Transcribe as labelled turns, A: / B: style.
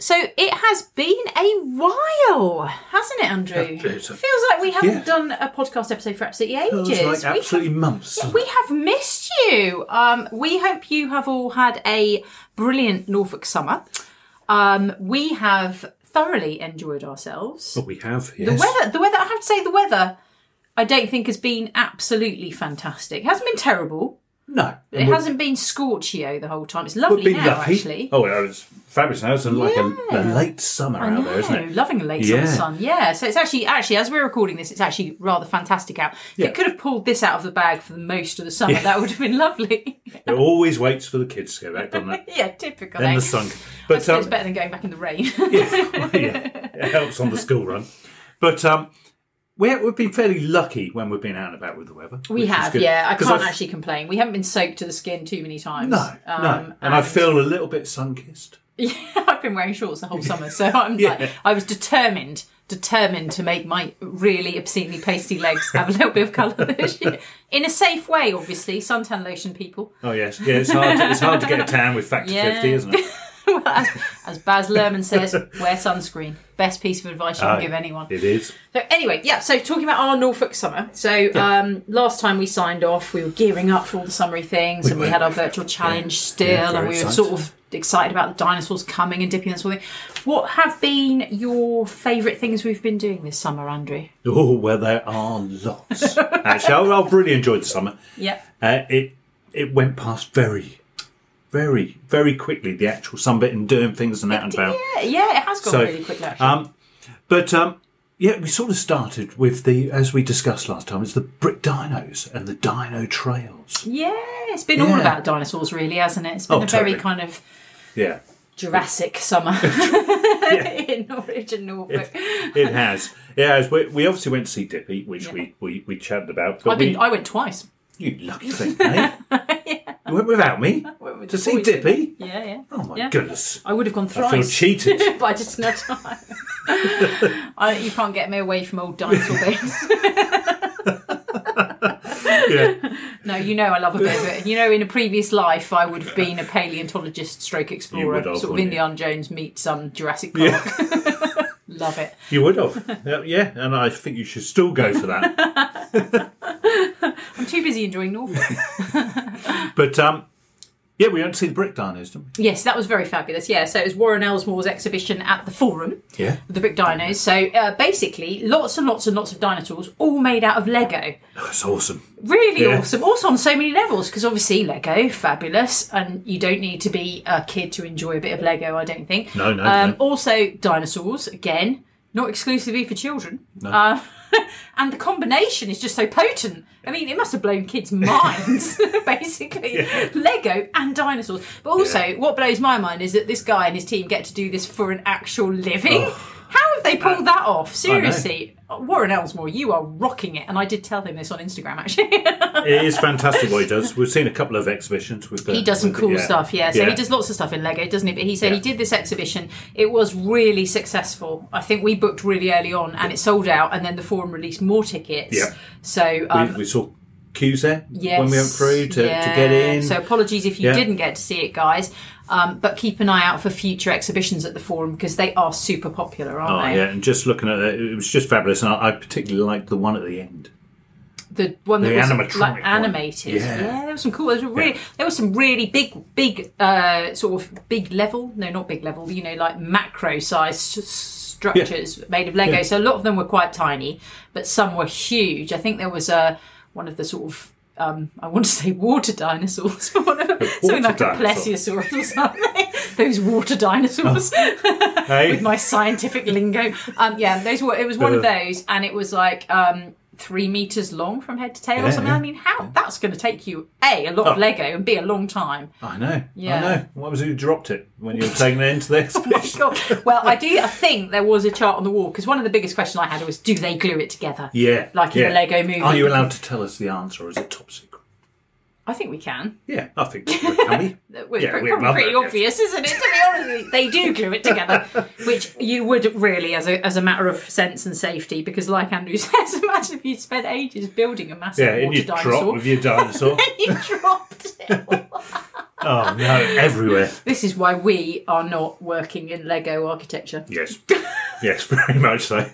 A: So it has been a while, hasn't it, Andrew?
B: It is.
A: Feels like we haven't
B: Yeah.
A: done a podcast episode for absolutely
B: Feels
A: ages.
B: like
A: We
B: absolutely months.
A: we have missed you. Um, we hope you have all had a brilliant Norfolk summer. Um, we have thoroughly enjoyed ourselves.
B: But we have,
A: The
B: Oh, yes.
A: weather, the weather. I have to say, the weather. I don't think has been absolutely fantastic. It hasn't been terrible.
B: No.
A: It hasn't been scorchio the whole time. It's lovely
B: We've been
A: now,
B: lucky.
A: actually.
C: Oh, yeah, it's fabulous now. It's like
B: A late summer
A: I
B: out there, isn't
A: know,
B: it?
A: loving a late summer
B: Yeah.
A: sun. Yeah, so it's actually actually as we're recording this, it's actually rather fantastic out. If
B: Yeah.
A: it could have pulled this out of the bag for the most of the summer, that would have been lovely.
C: a. It always waits for the kids to go back, doesn't it?
A: yeah, typical.
C: Then
A: eh?
C: the sun.
A: I
C: But
A: suppose
C: um,
A: it's better than going back in the rain.
C: yeah, it helps on the school run. But um, we, we've been fairly lucky when we've been out and about with the weather.
A: we
C: which is
A: have,
C: good.
A: yeah. I
C: 'Cause
A: can't
C: f-
A: actually complain. We haven't been soaked to the skin too many times.
C: No,
A: Um,
C: no. And, I feel a little bit sun kissed.
A: Yeah, I've been wearing shorts the whole summer, so I'm
C: Yeah.
A: like, I was determined, determined to make my really obscenely pasty legs have a little bit of colour this year. In a safe way, obviously. Suntan lotion, people.
C: Oh, yes. Yeah, it's hard, to, it's hard to get a tan with factor
A: Yeah.
C: 50, isn't it?
A: Well, as, as Baz Luhrmann says, wear sunscreen. Best piece of advice you can
C: Aye.
A: give anyone.
C: It is.
A: So anyway, yeah. So talking about our Norfolk summer. So um, last time we signed off, we were gearing up for all the summery things, and we
B: were.
A: had our virtual challenge still,
B: Yeah,
A: and
B: very
A: we were
B: excited.
A: sort of excited about the dinosaurs coming and dipping and sort of thing. What have been your favourite things we've been doing this summer, Andrew?
C: Oh, well, there are lots. Actually, I- I've really enjoyed the summer.
A: Yeah.
C: Uh, it it went past very, very, very quickly. The actual sunbit and doing things and out and about.
A: Yeah, yeah, it has gone
C: So,
A: really quickly. Actually.
C: Um, but um, yeah, we sort of started with the as we discussed last time. It's the brick dinos and the dino trails.
A: yeah, it's been all
C: yeah.
A: about dinosaurs, really, hasn't it? It's been
C: Oh,
A: a very
C: totally.
A: kind of
C: Yeah,
A: Jurassic summer in Norwich and Norfolk.
C: it has. Yeah, as we, we obviously went to see Dippy, which
A: Yeah.
C: we, we we chatted about. But
A: I've been,
C: we,
A: I went twice.
C: you lucky thing, mate. You went without me
A: went with
C: to
A: the
C: see
A: boys.
C: Dippy.
A: Yeah, yeah.
C: Oh my
A: Yeah.
C: goodness!
A: I would have gone
C: I feel
A: thrice.
C: cheated.
A: but I just didn't have time. I, you can't get me away from old dinosaur bits.
C: yeah.
A: no, you know I love a bit of it. You know, in a previous life, I would have been a paleontologist, stroke
C: You
A: explorer,
C: would have,
A: sort of
C: wouldn't you?
A: Indiana Jones meets um, Jurassic Park. love it.
C: You would have, yeah, yeah, and I think you should still go for that.
A: I'm too busy enjoying Norfolk.
C: But um, yeah, we went to see the Brick Dinos, didn't we?
A: yes, that was very fabulous. Yeah, so it was Warren Elsmore's exhibition at the Forum.
C: Yeah,
A: The brick dinos. So uh, basically, lots and lots and lots of dinosaurs, all made out of Lego.
C: that's Oh, awesome.
A: really
C: Yeah.
A: awesome also on so many levels because obviously lego fabulous and you don't need to be a kid to enjoy a bit of lego i don't think
C: No, no,
A: um,
C: no.
A: also dinosaurs again not exclusively for children Uh, and the combination is just so potent i mean it must have blown kids minds basically lego and dinosaurs but also
C: Yeah.
A: what blows my mind is that this guy and his team get to do this for an actual living how have they pulled that off seriously warren elsmore you are rocking it and i did tell him this on instagram actually
C: It is fantastic what he does. We've seen a couple of exhibitions with. The,
A: he does some
C: with-
A: cool stuff yeah so he does lots of stuff in lego doesn't he but he said he
C: Yeah.
A: did this exhibition it was really successful i think we booked really early on and it sold out and then the forum released more tickets
C: Yeah.
A: so um,
C: We, we saw queues there
A: Yes.
C: when we went through to, to
A: yeah.
C: get in.
A: So apologies if you
C: Yeah.
A: didn't get to see it, guys. Um, but keep an eye out for future exhibitions at the forum because they are super popular,
C: Oh,
A: aren't they?
C: yeah, and just looking at it, it was just fabulous, and I, I particularly liked the one at the end.
A: The one that
C: The
A: was
C: animatronic
A: like
C: one.
A: animated.
C: Yeah.
A: there was some cool. There was really there was some really big, big uh, sort of big level. No, not big level. You know, like macro sized s- structures made of Lego.
C: Yeah.
A: So a lot of them were quite tiny, but some were huge. I think there was a one of the sort of. Um, I want to say water dinosaurs, One of- something like a
C: dinosaur.
A: plesiosaurus or something. Those water
C: Oh.
A: dinosaurs
C: Hey,
A: with my scientific lingo. Um, yeah, those were. It was one of
C: Uh.
A: those, and it was like um, three meters long from head to tail or
C: Yeah,
A: something.
C: yeah.
A: I mean, how that's going to take you a a lot of
C: Oh.
A: Lego and b a long time.
C: I know,
A: Yeah.
C: I know. What was it who dropped it when you were taking it into the
A: My
C: exhibition?
A: God. Well, I do. I think there was a chart on the wall because one of the biggest questions I had was, do they glue it together?
C: yeah,
A: Like in
C: yeah.
A: the Lego movie.
C: Are you allowed to tell us the answer, or is it top secret?
A: I think we can.
C: Yeah, I think we're coming.
A: That was
C: Yeah,
A: pre-
C: we're
A: probably
C: above
A: pretty
C: it, yes.
A: obvious, isn't it? To be honest, with you? they do glue it together, which you would really, as a as a matter of sense and safety, because like Andrew says, imagine if you spent ages building a massive
C: Yeah, and
A: water
C: you drop
A: dinosaur.
C: with your dinosaur.
A: you dropped it.
C: Oh no, everywhere.
A: This is why we are not working in Lego architecture.
C: Yes, yes, very much so.